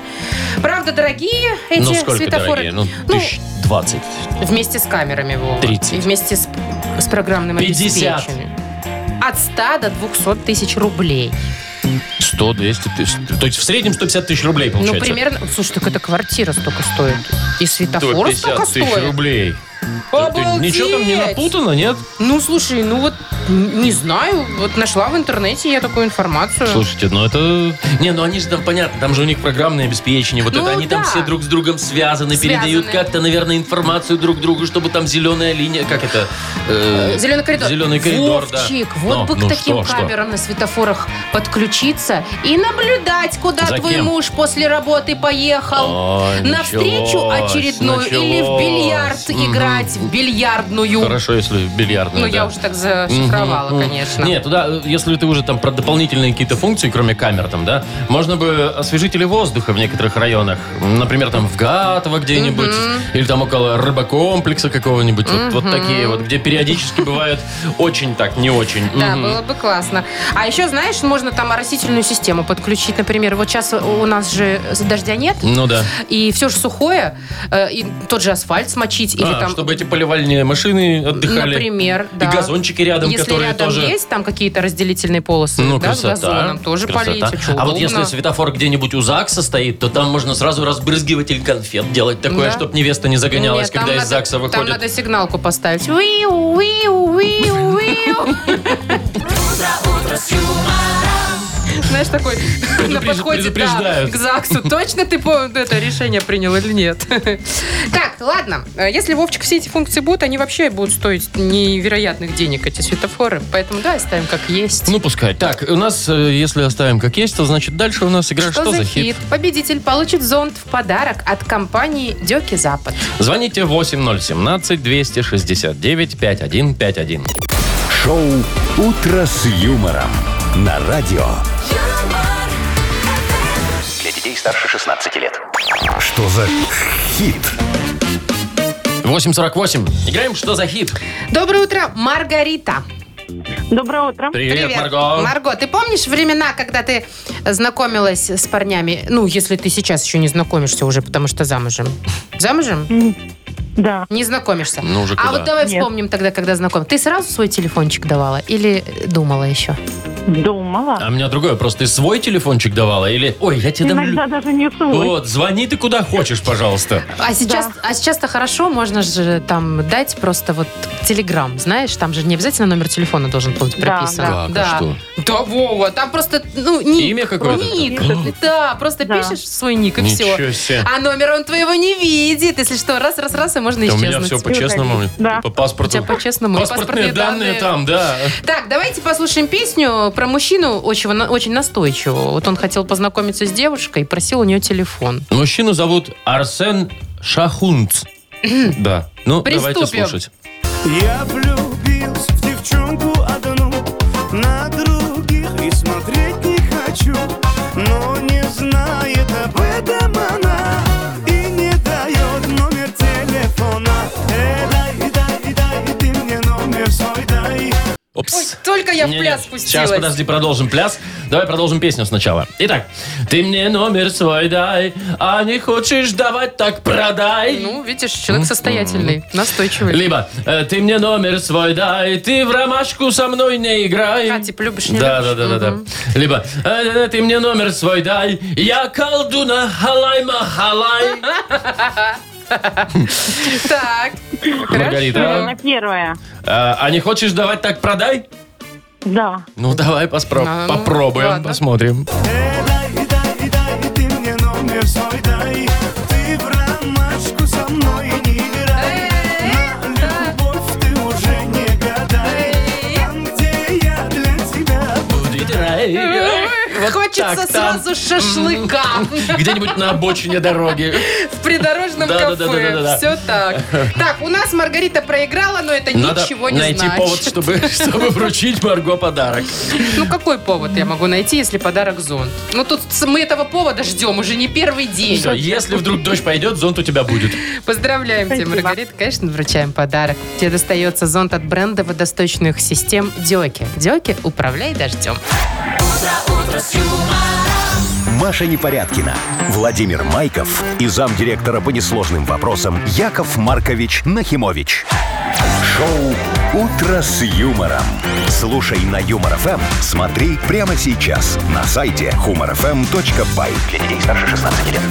Правда, дорогие эти
Ну, сколько
светофоры.
дорогие? Ну,
Ну,
тысяч двадцать.
Вместе с камерами, Вова.
30.
И вместе с, с программным
50.
обеспечением. От 100 до 200 тысяч рублей.
100, 200 тысяч. То есть в среднем 150 тысяч рублей получается.
Ну, примерно... Слушай, так эта квартира столько стоит. И светофор
150
столько
тысяч
стоит.
рублей. Ты- ты
Обалдеть!
Ничего там не напутано, нет?
Ну, слушай, ну вот, н- не знаю, вот нашла в интернете я такую информацию.
Слушайте, ну это... Не, ну они же там, понятно, там же у них программное обеспечение, вот
Ну
это, они там
да.
все друг с другом связаны,
Связаны.
передают как-то, наверное, информацию друг другу, чтобы там зеленая линия, как это? Э,
Зеленый коридор.
Зеленый коридор, да.
Вовчик, вот
Но,
бы к
ну
таким
что, что?
камерам на светофорах подключиться и наблюдать, куда
За
твой
кем? А,
муж после работы поехал.
Ой,
на встречу
началось,
очередную или в
началось.
бильярд
Мгм.
играть, в бильярдную.
Хорошо, если в бильярдную,
Ну,
да.
я уже так зашифровала,
Мгм, мгм.
конечно.
Не, туда, э, если ты уже там про дополнительные какие-то функции, кроме камер там, да, можно бы освежители воздуха в некоторых районах, например, там в Гатово где-нибудь, или там около рыбокомплекса какого-нибудь, вот, вот такие вот, где периодически бывает очень так, не очень.
Да,
Мгм.
было бы классно. А еще, знаешь, можно там оросительную систему подключить. Например, вот сейчас у нас же дождя нет,
Ну да.
и все же сухое, э, и тот же асфальт смочить, или
А,
там
чтобы эти поливальные машины отдыхали.
Например,
И
да.
газончики рядом,
Если
которые
рядом
тоже...
есть там какие-то разделительные полосы,
Ну,
да,
красота.
с газоном, тоже
красота.
полейте, что,
А вот
удобно.
если светофор где-нибудь у ЗАГСа стоит, то там можно сразу разбрызгиватель конфет делать такое,
Да.
чтобы невеста не загонялась,
Нет, там
когда из
надо-
ЗАГСа
Там
выходит.
надо сигналку поставить. Уиу, уиу, уиу, уиу. Знаешь, такой на подходе да,
предупреждают.
к ЗАГСу. Точно ты по- ну, это решение принял или нет? Так, ладно. Э, Если, Вовчик, все эти функции будут, они вообще будут стоить невероятных денег, эти светофоры. Поэтому давай ставим как есть.
Ну, пускай. Так, у нас, э, если оставим как есть, то значит дальше у нас игра «Что, за хит?».
Победитель получит зонт в подарок от компании Деки Запад.
Звоните 8017-269-5151.
Шоу «Утро с юмором» на радио.
Для детей старше 16 лет.
Что за хит?
8.48. Играем «Что за хит?».
Доброе утро, Маргарита.
Доброе утро.
Привет, Марго.
Марго, ты помнишь времена, когда ты знакомилась с парнями? Ну, если ты сейчас еще не знакомишься уже, потому что замужем. Замужем?
Да.
Не знакомишься.
Ну, уже
а
куда.
вот давай
Нет.
вспомним тогда, когда знаком. Ты сразу свой телефончик давала или думала еще?
Думала.
А у меня другое. Просто ты свой телефончик давала или... Ой, я тебе дам...
Иногда
лю-
даже не свой.
Вот, звони ты куда хочешь, пожалуйста.
А сейчас, а сейчас-то хорошо, можно же там дать просто вот телеграм, знаешь, там же не обязательно номер телефона должен быть
Да,
да.
прописан.
Так, а что?
Да, Вова, там просто, ну, ник.
Имя какое-то?
Ник.
Пишет.
Да, просто
Да.
пишешь свой ник и
Ничего
все.
себе.
А номер он твоего не видит, если что, раз-раз-раз, и можно
Да У
исчезнуть.
меня все по-честному.
Да.
По
У тебя
паспорту.
по-честному. и
Паспортные данные там, да.
Так, давайте послушаем песню, про мужчину очень, очень настойчивого. Вот он хотел познакомиться с девушкой и просил у нее телефон.
Мужчину зовут Арсен Шахунц. Да. Ну, давайте
Приступим.
слушать.
Я влюбился в девчонку одну На других и смотреть не хочу Но не знает об этом она И не дает номер телефона Э, дай, дай, дай, ты мне номер свой дай
Ой,
Опс.
только я в
Не-не.
пляс
Сейчас,
спустилась.
подожди, продолжим пляс. Давай продолжим песню сначала. Итак. Ты мне номер свой дай, а не хочешь давать, так продай.
Ну, видишь, человек состоятельный, настойчивый.
М-м-м. Либо э, ты мне номер свой дай, ты в ромашку со мной не играй.
А, типа, любишь, не
Да, да,
любишь?
да, да,
Мгм.
да. Либо э, э, ты мне номер свой дай, я колдуна халай махалай.
Так,
Маргарита.
хорошо.
Наверное, первая.
А, а не хочешь давать так продай?
Да.
Ну давай поспро-
Ну,
попробуем,
ладно.
посмотрим.
Э, дай, дай, дай, ты мне номер свой дай Ты в ромашку со мной не играй На любовь ты уже не гадай Там, где я для тебя
Будет рай.
Эх, Хочется
так там.
сразу шашлыка М-м-м.
Где-нибудь на обочине дороги.
в придорожном
Да, да,
кафе.
да, да, да, да.
Все так. Так, у нас Маргарита проиграла, но это
Надо
ничего не
найти
значит.
повод, чтобы, чтобы вручить Марго подарок.
Ну, какой повод я могу найти, если подарок зонт? Ну, тут с- мы этого повода ждем уже не первый день.
Все, если вдруг дождь пойдет, зонт у тебя будет.
Поздравляем тебя,
Спасибо.
Маргарита. Конечно, вручаем подарок. Тебе достается зонт от бренда водосточных систем Дёки. Дёки, управляй дождем.
Маша Непорядкина, Владимир Майков и замдиректора по несложным вопросам Яков Маркович Нахимович. Шоу «Утро с юмором». Слушай на Юмор ФМ, смотри прямо сейчас на сайте humorfm.by. Для детей старше 16 лет.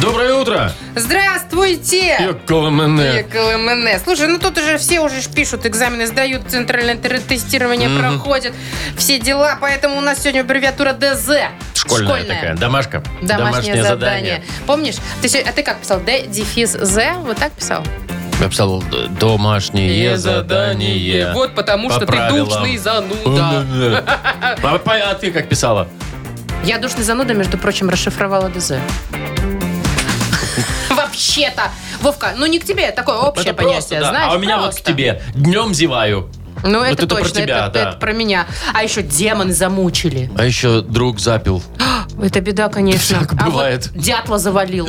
Доброе утро,
Здравствуйте!
Якова Мене.
Яков МНС. Слушай, ну тут уже все уже ж пишут, экзамены сдают, центральное тер- тестирование проходит, все дела, поэтому у нас сегодня аббревиатура ДЗ.
Школьная, такая, домашка.
Домашнее, задание. Помнишь? Ты, сё- а ты как писал? Д, дефис, З? Вот так писал?
Я писал э, домашнее задание.
Э, Вот потому
По
что
правилам.
ты душный зануда.
Да. А по- а ты как писала?
Я душный зануда, между прочим, расшифровала ДЗ. Вообще-то. Вовка, ну не к тебе, такое общее
Это просто,
понятие,
да.
знаешь?
А у меня вот к
просто.
тебе. Днем зеваю.
Ну
Вот
это
это про
точно,
тебя,
это,
да.
это про меня. А еще демоны замучили.
А еще друг запил.
Это беда, конечно.
Так
А вот
бывает.
дятла завалил.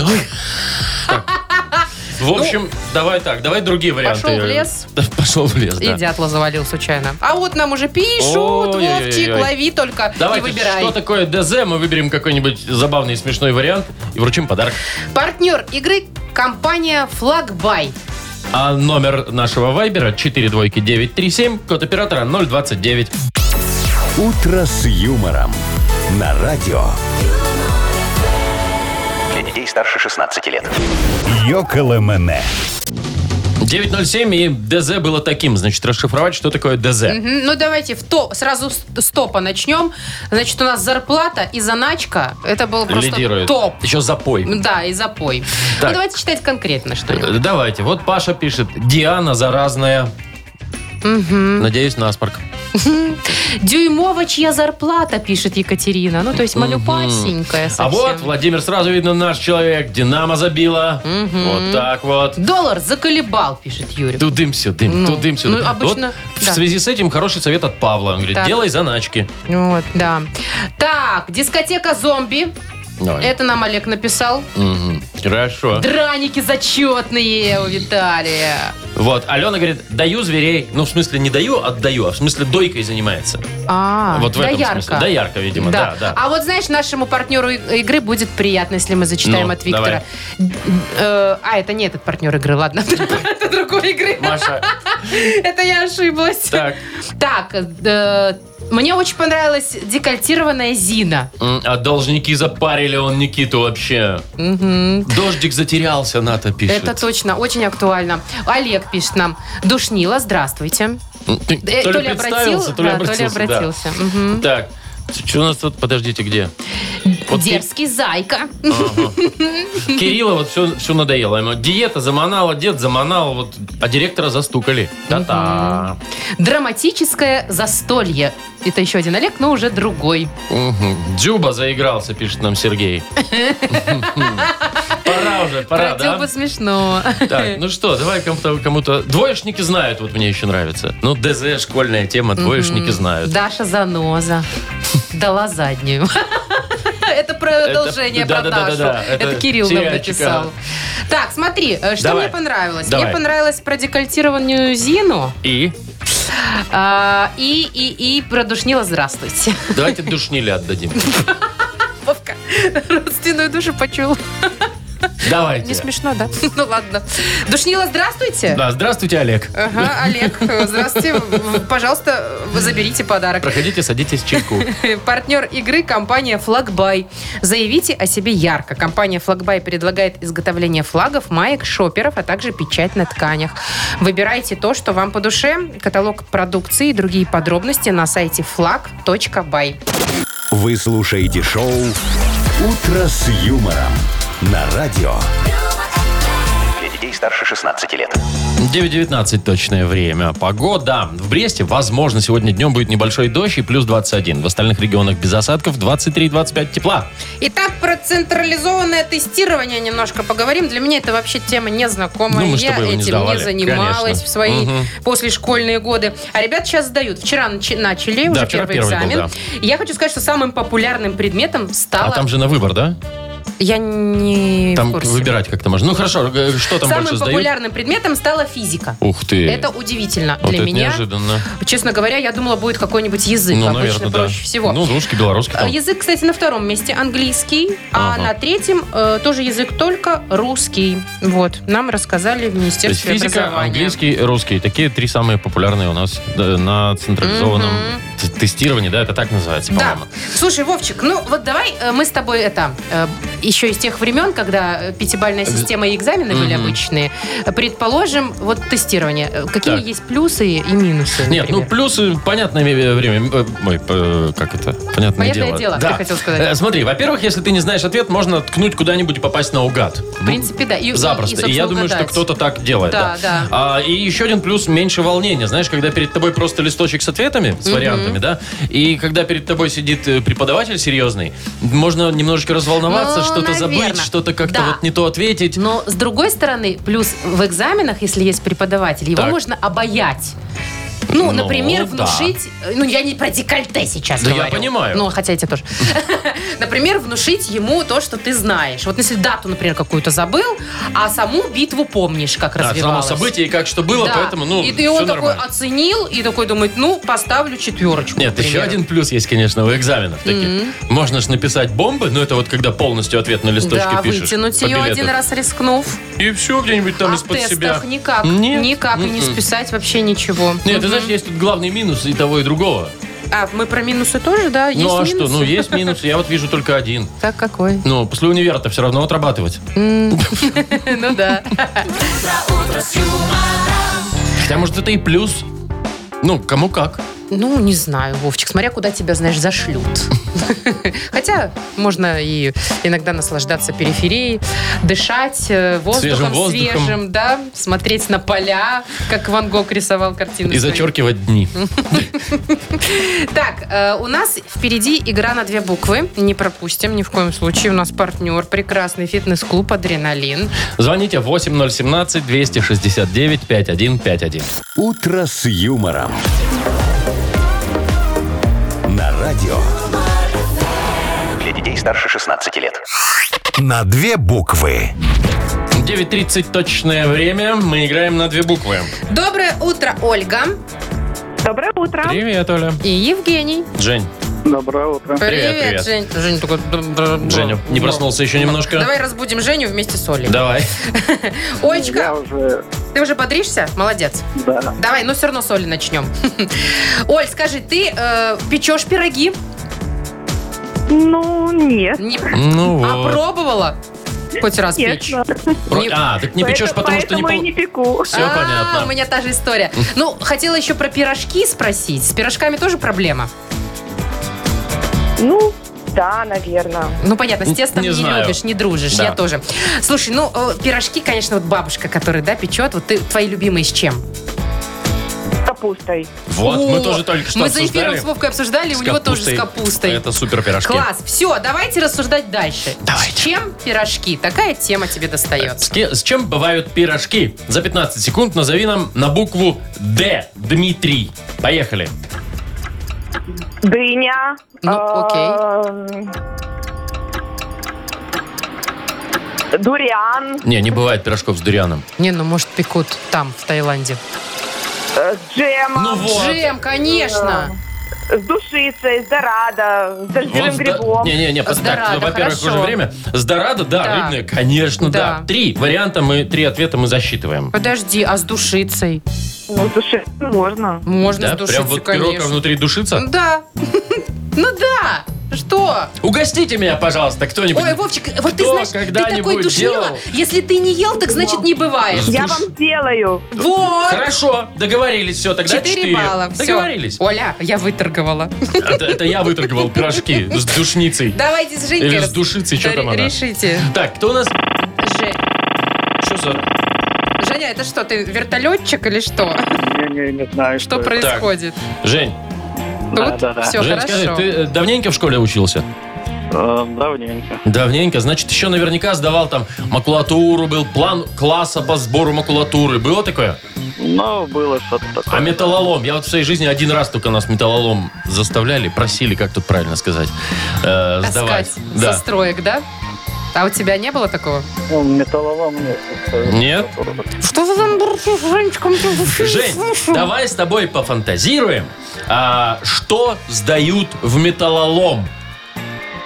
В общем, давай так, давай другие варианты.
пошел Ну, в лес.
Да, Пошел в лес,
И
да.
дятла завалил случайно. А вот нам уже пишут,
Ой-ой-ой-ой.
Вовчик, лови только
Давайте,
и выбирай.
что такое ДЗ, мы выберем какой-нибудь забавный и смешной вариант и вручим подарок.
Партнер игры компания Флагбай.
А номер нашего вайбера 42937, код оператора 029.
«Утро с юмором» на радио
Для детей старше 16 лет.
«Йоколэмэне».
907 и ДЗ было таким, значит, расшифровать, что такое ДЗ.
Мгм. Ну, давайте в то, сразу с с топа начнем. Значит, у нас зарплата и заначка. Это был просто
Лидирует.
топ.
Еще запой.
Да, и запой.
Так.
Ну, давайте читать конкретно что-нибудь.
Э, Давайте, вот Паша пишет, Диана заразная. Надеюсь, насморк.
Дюймова чья зарплата, пишет Екатерина. Ну, то есть малюпасенькая
А
совсем.
вот Владимир сразу видно наш человек. Динамо забила.
М-м.
Вот так вот.
Доллар заколебал, пишет Юрий.
Тудым сюдым,
Ну,
тудым сюдым.
ну, обычно,
Вот
да.
В связи с этим хороший совет от Павла. Он говорит,
Так.
делай заначки.
Вот, да. Так, дискотека зомби.
Давай.
Это нам Олег написал.
Мгм. Хорошо.
Драники зачетные у Виталия.
Вот, Алена говорит, даю зверей. Ну, в смысле, не даю, отдаю, а в смысле, дойкой занимается.
А,
вот в этом смысле. Доярка, видимо, да, да.
А вот знаешь, нашему партнеру и- игры будет приятно, если мы зачитаем
Ну,
от Виктора.
давай.
Д- э, А, это не этот партнер игры, ладно. Это другой игры.
Маша,
Это я ошиблась.
так,
Так, э, мне очень понравилась декольтированная Зина.
м, а должники запарили он Никиту вообще.
Мгм.
Дождик затерялся, Ната пишет.
Это точно, очень актуально. Олег пишет нам. Душнила, здравствуйте.
М, ты
Э,
То ли представился, то ли
да, то ли
обратился. да.
обратился. Мгм.
Так, Что у нас тут? Подождите, где? Вот Ки-
Дерзкий зайка.
Кирилла вот все, все надоело. Ему диета заманала, дед заманал, вот, а директора застукали. Та-та.
Драматическое застолье. Это еще один Олег, но уже другой.
Мгм. Дзюба заигрался, пишет нам Сергей. Пора уже, пора,
Против
да?
бы смешно.
Так, ну что, давай кому-то... кому-то- Двоечники знают, вот мне еще нравится. Ну, ДЗ, школьная тема, двоечники знают.
Даша Заноза дала заднюю. Это продолжение
да, да,
про
да,
Дашу.
да, да.
Это
Это
Кирилл нам
сериальчик,
написал.
ага.
Так, смотри, э, что
Давай.
мне понравилось? Мне
Давай.
понравилось про декольтированную Зину
И
а, и, и, и про душнила «Здравствуйте».
давайте душнили отдадим.
Вовка, родственную душу почула. Не
Давайте.
смешно, да? Ну ладно. Душнила «Здравствуйте».
Да, здравствуйте, Олег.
Ага, Олег, э, здравствуйте. В- Пожалуйста, вы заберите подарок.
Проходите, садитесь чайку.
Партнер игры – компания «Флагбай». Заявите о себе ярко. Компания «Флагбай» предлагает изготовление флагов, маек, шоперов, а также печать на тканях. Выбирайте то, что вам по душе. Каталог продукции и другие подробности на сайте flag.by.
Вы слушаете шоу «Утро с юмором» на радио.
Для детей старше 16 лет.
9.19 точное время. Погода. В Бресте, возможно, сегодня днем будет небольшой дождь и плюс 21. В остальных регионах без осадков 23-25 тепла.
Итак, про централизованное тестирование немножко поговорим. Для меня это вообще тема незнакомая.
Ну, мы с
Я
тобой его не
этим
сдавали,
занималась
конечно.
в свои
Мгм. А
послешкольные годы. А ребят сейчас сдают. Вчера начи- начали, уже
вчера
первый,
первый был,
экзамен. Я хочу сказать, что самым популярным предметом стало...
А там же на выбор, да?
Я не
Там
в курсе.
выбирать как-то можно. Ну хорошо, э, что там
Самым
больше сдают?
популярным предметом стала физика.
Ух ты.
Это удивительно
вот
для
это
меня.
неожиданно.
Честно говоря, я думала, будет какой-нибудь язык.
Ну,
Обычно
наверное, да.
проще всего.
Ну, русский, белорусский
А
там.
Язык, кстати, на втором месте английский, а
Ага.
на третьем э, тоже язык только русский. Вот, нам рассказали в
То есть
Министерстве
физика,
образования.
английский, русский. Такие три самые популярные у нас да, на централизованном т- тестировании, да, это так называется,
Да.
по-моему.
Слушай, Вовчик, ну вот давай э, мы с тобой это э, еще из тех времен, когда э, пятибальная система и экзамены были
Мгм.
обычные. э, Предположим, вот тестирование. Э, Какие
Так.
есть плюсы и плюсы?
Нет, ну плюсы, понятное ме- время, э, ой, э, как это, понятное,
Понятное дело,
да.
ты хотел сказать.
Э, Смотри, во-первых, если ты не знаешь ответ, можно ткнуть куда-нибудь и попасть наугад.
В принципе, да. И- и-
Запросто. И,
собственно,
я думаю, что
угадать.
кто-то так делает.
Да, да.
А, и еще один плюс меньше волнения. Знаешь, когда перед тобой просто листочек с ответами, с вариантами, да, и когда перед тобой сидит э, преподаватель серьезный, можно немножечко разволноваться,
Ну,
что-то забыть,
наверно.
что-то как-то
Да. Ну,
вот не то ответить.
Но с другой стороны, плюс в экзаменах, если есть преподаватель, его
Так.
можно обаять. Ну,
Ну,
например,
да.
внушить... э, Ну, я не про декольте сейчас
Да я
говорю.
понимаю.
Ну, хотя эти тоже. Например, внушить ему то, что ты знаешь. Вот если дату, например, какую-то забыл, а саму битву помнишь, как
Да, само
развивалась.
событие и как что было,
Да.
поэтому, ну,
и, и
всё
он такой
нормально.
оценил и такой думает, ну, поставлю четверочку.
Нет,
к примеру.
еще один плюс есть, конечно, у экзаменов таких. Можно же написать бомбы, но это вот когда полностью ответ на листочке
Да,
пишешь.
вытянуть
по
ее
билету.
один раз рискнув.
И все где-нибудь там
а в
из-под
тестах
себя.
никак.
Нет.
Никак и не
Мгм.
списать вообще ничего.
Нет, ты знаешь, есть тут главный минус и того, и другого.
А, мы про минусы тоже, да? Есть
ну а
минусы?
что? Ну, есть минус, я вот вижу только один.
Так какой?
Но после универа-то все равно отрабатывать.
Ну да.
Хотя, может, это и плюс. Ну, кому как.
Ну, не знаю, Вовчик, смотря куда тебя, знаешь, зашлют. Хотя можно и иногда наслаждаться периферией, дышать э,
Свежим
воздухом
воздухом.
свежим, да, смотреть на поля, как Ван Гог рисовал картину.
И
свою.
зачеркивать дни.
Так, э, у нас впереди игра на две буквы. Не пропустим ни в коем случае. У нас партнер, прекрасный фитнес-клуб «Адреналин».
Звоните 8017-269-5151.
«Утро с юмором». На радио.
Для детей старше 16 лет.
На две буквы.
9.30 точное время. Мы играем на две буквы.
Доброе утро, Ольга
Доброе утро.
Привет, Оля.
и Евгений.
Жень.
Доброе утро.
Привет, привет.
Жень. Жень такой... «Дрррр».
Женя, не проснулся еще немножко?
Давай разбудим Женю вместе с Олей.
Давай.
Олечка,
уже,
ты уже бодришься? Молодец.
да,
Давай, но все равно с Олей начнем. Оль, скажи, ты э, печешь пироги?
Ну, нет.
Не...
Ну
А
вот.
пробовала? Хоть раз печь.
Конечно.
Про-
не-
А, так не печешь, потому что не...
Поэтому и
пол-
не пеку.
Все
А, У
понятно.
меня та же история. Ну, хотела еще про пирожки спросить. С пирожками тоже проблема.
Ну, да, наверное.
Ну, понятно, с
Н-
тестом
не
не,
знаю.
любишь, не дружишь,
Да.
я тоже. Слушай, ну, э, пирожки, конечно, вот бабушка, которая, да, печет, вот ты, твои любимые с чем?
С капустой.
Вот,
О,
мы тоже только что
Мы за эфиром
обсуждали.
с Вовкой обсуждали,
С
у него тоже с
капустой.
капустой.
Это супер пирожки.
Класс, все, давайте рассуждать дальше.
Давайте. Э,
С чем пирожки? Такая тема тебе достается.
С, ке- с чем бывают пирожки? За 15 секунд назови нам на букву Д. Дмитрий. Поехали.
Дыня.
Ну,
эм, Дуриан.
Не, не бывает пирожков с дурианом.
Не, ну, может, пекут там, в Таиланде.
э, Джем.
Ну вот.
Джем, конечно.
Э, С душицей, с дорадо, с дождевым
Вот с да-
грибом.
Не-не-не,
С
под- так,
дорадо,
ну, во-первых,
хорошо.
уже время. С дорадо, да,
Да.
рыбное, конечно, да.
Да.
Три варианта мы, три ответа мы засчитываем.
Подожди, а с душицей?
Ну, с душицей можно.
Можно
Да,
с душицей,
прям вот а пирога
конечно.
внутри душится.
Да. Ну да. Что?
Угостите меня, пожалуйста, кто-нибудь.
Ой, Вовчик, вот ты
Кто
знаешь, ты такой
когда-нибудь
душнила.
делал?
Если ты не ел, так значит не бываешь.
Я вам сделаю.
Вот.
Хорошо, договорились, все, тогда
Четыре
Хм. четыре.
балла. Все.
Договорились.
Оля, я выторговала.
Это, это я выторговал пирожки с душницей.
Давайте с Женькой
Или с
рас-
душицей, что
ре-
там она.
Решите.
Так, кто у нас?
Же-
Что за...
Женя, это что, ты вертолетчик или что?
Не, не, не знаю,
Что происходит?
Жень,
Да,
Тут
да, да.
все
Жень, скажи,
хорошо.
ты э, давненько в школе учился?
Давненько.
Давненько. Значит, еще наверняка сдавал там макулатуру, был план класса по сбору макулатуры. Было такое?
Но было что-то
А
такое.
металлолом? Я вот в своей жизни один раз только нас металлолом заставляли, просили, как тут правильно сказать, э,
Таскать
сдавать.
со
Да.
строек, да? А у тебя не было такого?
Ну, Металлолом нет.
Нет?
Что ты там бурчишь, Женечка? Мы тебя вообще не
Жень,
слышим.
давай с тобой пофантазируем, а, что сдают в металлолом.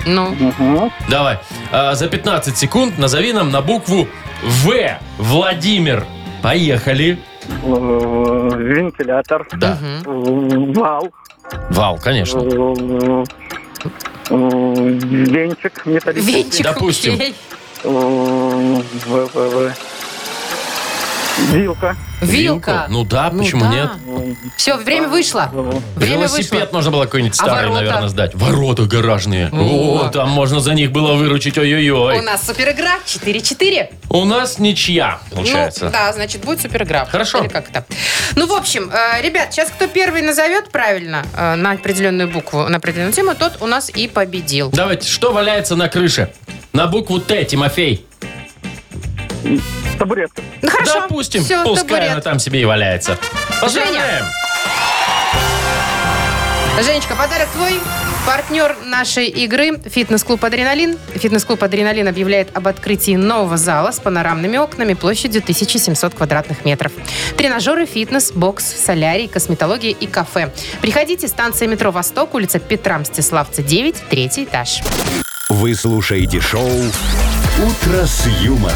Ну,
Мгм.
Давай. А, за 15 секунд назови нам на букву В. Владимир. Поехали.
Э, Вентилятор.
Да.
Э,
мгм.
Вал.
Вал,
Э,
конечно.
э, Венчик металлический.
Венчик,
Допустим.
окей.
Э, в- в- в. Вилка.
Вилка.
Ну да, почему нет?
Все, время вышло.
Э,
Время
Велосипед
вышло.
можно было какой-нибудь
А
старый,
ворота?
наверное, сдать. Ворота гаражные.
О.
О, там можно за них было выручить, ой-ой-ой.
У нас супер игра 4-4.
У нас ничья, получается.
Ну, да, значит, будет супер игра.
Хорошо.
Или как это? Ну, в общем, э, ребят, сейчас кто первый назовет правильно э, на определенную букву, на определенную тему, тот у нас и победил.
Давайте, что валяется на крыше? На букву Т, Тимофей.
Табуретка.
Ну, хорошо.
Допустим,
Все,
пускай
табурет.
она там себе и валяется. Поздравляем!
Женечка, подарок твой. Партнер нашей игры – фитнес-клуб «Адреналин». Фитнес-клуб «Адреналин» объявляет об открытии нового зала с панорамными окнами площадью 1700 квадратных метров. Тренажеры, фитнес, бокс, солярий, косметология и кафе. Приходите, станция метро «Восток», улица Петра Мстиславца, 9, третий этаж.
Вы слушаете шоу «Утро с юмором»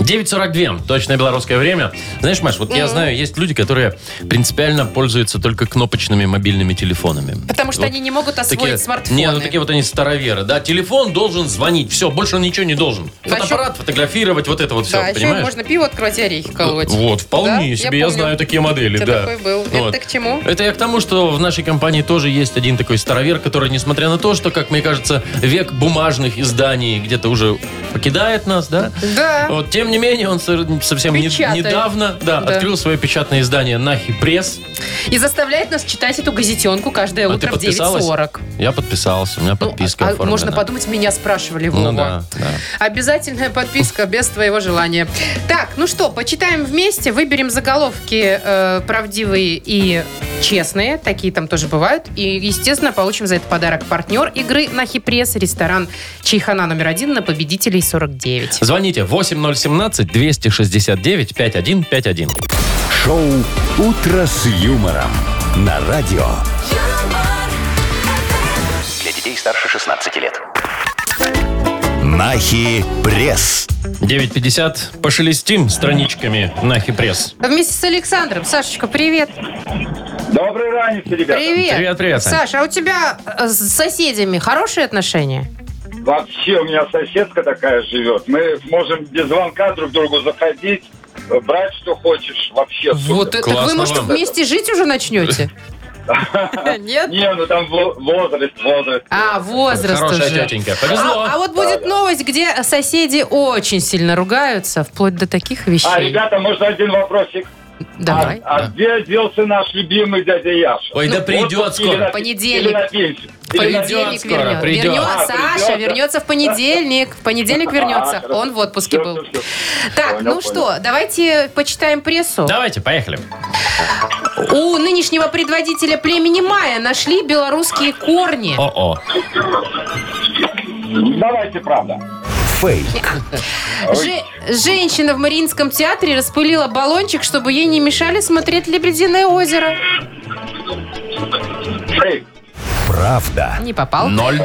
9.42, точное белорусское время. Знаешь, Маш, вот я знаю, есть люди, которые принципиально пользуются только кнопочными мобильными телефонами.
Потому что
Вот
они не могут освоить
такие-
смартфоны.
Не, ну такие вот они староверы, да. Телефон должен звонить, все, больше он ничего не должен.
А еще-
Фотоаппарат, фотографировать, вот это вот все,
да, еще
понимаешь?
можно пиво открывать и орехи колоть.
Вот,
Да?
вполне себе, я,
помню.
знаю такие модели,
Ты
да.
такой был.
Вот.
Это к чему?
Это я к тому, что в нашей компании тоже есть один такой старовер, который, несмотря на то, что, как мне кажется, век бумажных изданий где-то уже покидает нас, да?
Да.
Вот, тем не менее, он со- совсем не-
Печатает.
недавно да,
Да.
открыл свое печатное издание «Нахи Пресс».
И заставляет нас читать эту газетенку каждое
А ты
утро в
подписалась?
9.40.
Я подписался, у меня
Ну,
подписка
а- а
оформлена.
можно подумать, меня спрашивали, Вова.
Ну да, да.
Обязательная подписка без твоего желания. Так, ну что, почитаем вместе, выберем заголовки э, правдивые и честные, такие там тоже бывают. И, естественно, получим за это подарок партнер игры на Хипресс, ресторан Чайхана номер один на победителей 49.
Звоните 8017-269-5151.
Шоу «Утро с юмором» на радио.
Для детей старше 16 лет.
Нахи пресс.
9.50. Пошелестим страничками «Нахи Пресс».
Вместе с Александром. Сашечка, привет.
Доброй раницы, ребята.
Привет.
Привет, привет, Сань.
Саша, а у тебя э, с соседями хорошие отношения?
Вообще у меня соседка такая живет. Мы можем без звонка друг к другу заходить,
э, Брать, что хочешь, вообще
Вот
супер.
это- так вы,
Классно
может,
вам.
вместе жить уже начнете? Нет?
Не, ну там во- возраст, возраст.
А, возраст
Хорошая
уже.
тетенька. Повезло.
А, а вот будет новость, где соседи очень сильно ругаются, вплоть до таких вещей.
А, ребята, можно один вопросик?
Давай.
А где делся наш любимый дядя Яша?
ну,
Ой, да придет
отпуск или
скоро.
на-
Понедельник.
Или на пенсию.
В
Или на
понедельник
скоро,
вернется.
придет.
Вернется,
А,
Саша,
придет, да. А,
вернется в понедельник. В понедельник вернется.
хорошо.
Он в отпуске
Всё,
был.
всё, всё.
Так,
Понял, понял.
ну что, давайте почитаем прессу.
Давайте, поехали.
У нынешнего предводителя племени Майя нашли белорусские корни.
О-о.
Давайте, правда.
Фейк.
Же- женщина в Мариинском театре распылила баллончик, чтобы ей не мешали смотреть «Лебединое озеро».
Фейк.
Правда.
Не попал.
Ноль.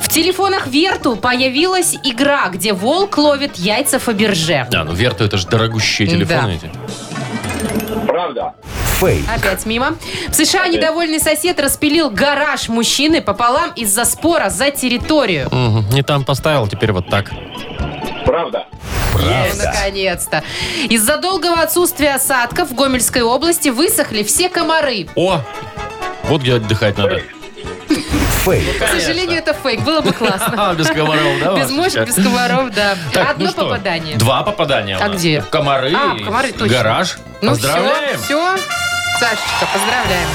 В телефонах Верту появилась игра, где волк ловит яйца Фаберже.
Да, ну Верту это же дорогущие телефоны
Да.
эти.
Правда.
Фейк.
Опять мимо. В США недовольный сосед распилил гараж мужчины пополам из-за спора за территорию.
Мгм, Не там поставил, теперь вот так.
Правда.
Ну, наконец-то. Из-за долгого отсутствия осадков в Гомельской области высохли все комары.
О! Вот где отдыхать надо.
Фейк.
К сожалению, это фейк. Было бы классно.
А, без комаров, да?
Без мошек,
Машечка?
без комаров, да.
Так,
Одно
ну что,
попадание.
Два попадания. у
А
нас.
где?
Комары.
А,
и
комары, точно.
Гараж.
Ну
Поздравляем.
все, все. Сашечка, поздравляем.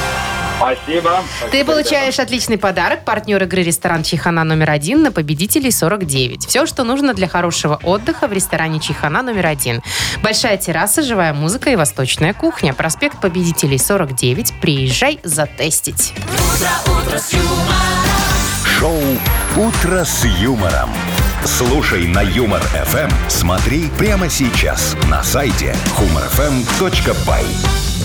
Спасибо.
Ты получаешь отличный подарок. Партнер игры ресторан Чихана номер один на победителей 49. Все, что нужно для хорошего отдыха в ресторане Чихана номер один. Большая терраса, живая музыка и восточная кухня. Проспект победителей 49. Приезжай затестить.
Шоу «Утро с юмором». Слушай на Юмор ФМ. Смотри прямо сейчас на сайте humorfm.by.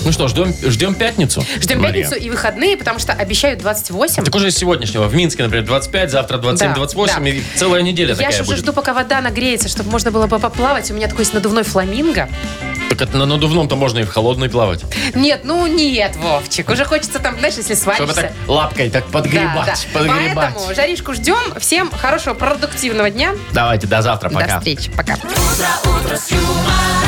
Ну что, ждем, ждем пятницу.
Ждем
Мария.
пятницу и выходные, потому что обещают 28.
Так уже с сегодняшнего. В Минске, например, 25, завтра 27,
Да,
28.
да.
И целая неделя
Я
такая
же уже
будет.
жду, пока вода нагреется, чтобы можно было бы поплавать. У меня такой есть надувной фламинго.
Так это на надувном-то можно и в холодной плавать.
Нет, ну нет, Вовчик. Уже хочется там, знаешь, если
Чтобы
свалишься.
так лапкой так подгребать,
Да, да.
подгребать.
Поэтому жаришку ждем. Всем хорошего продуктивного дня.
Давайте, до завтра, пока.
До встречи. Пока.
утро с юмором.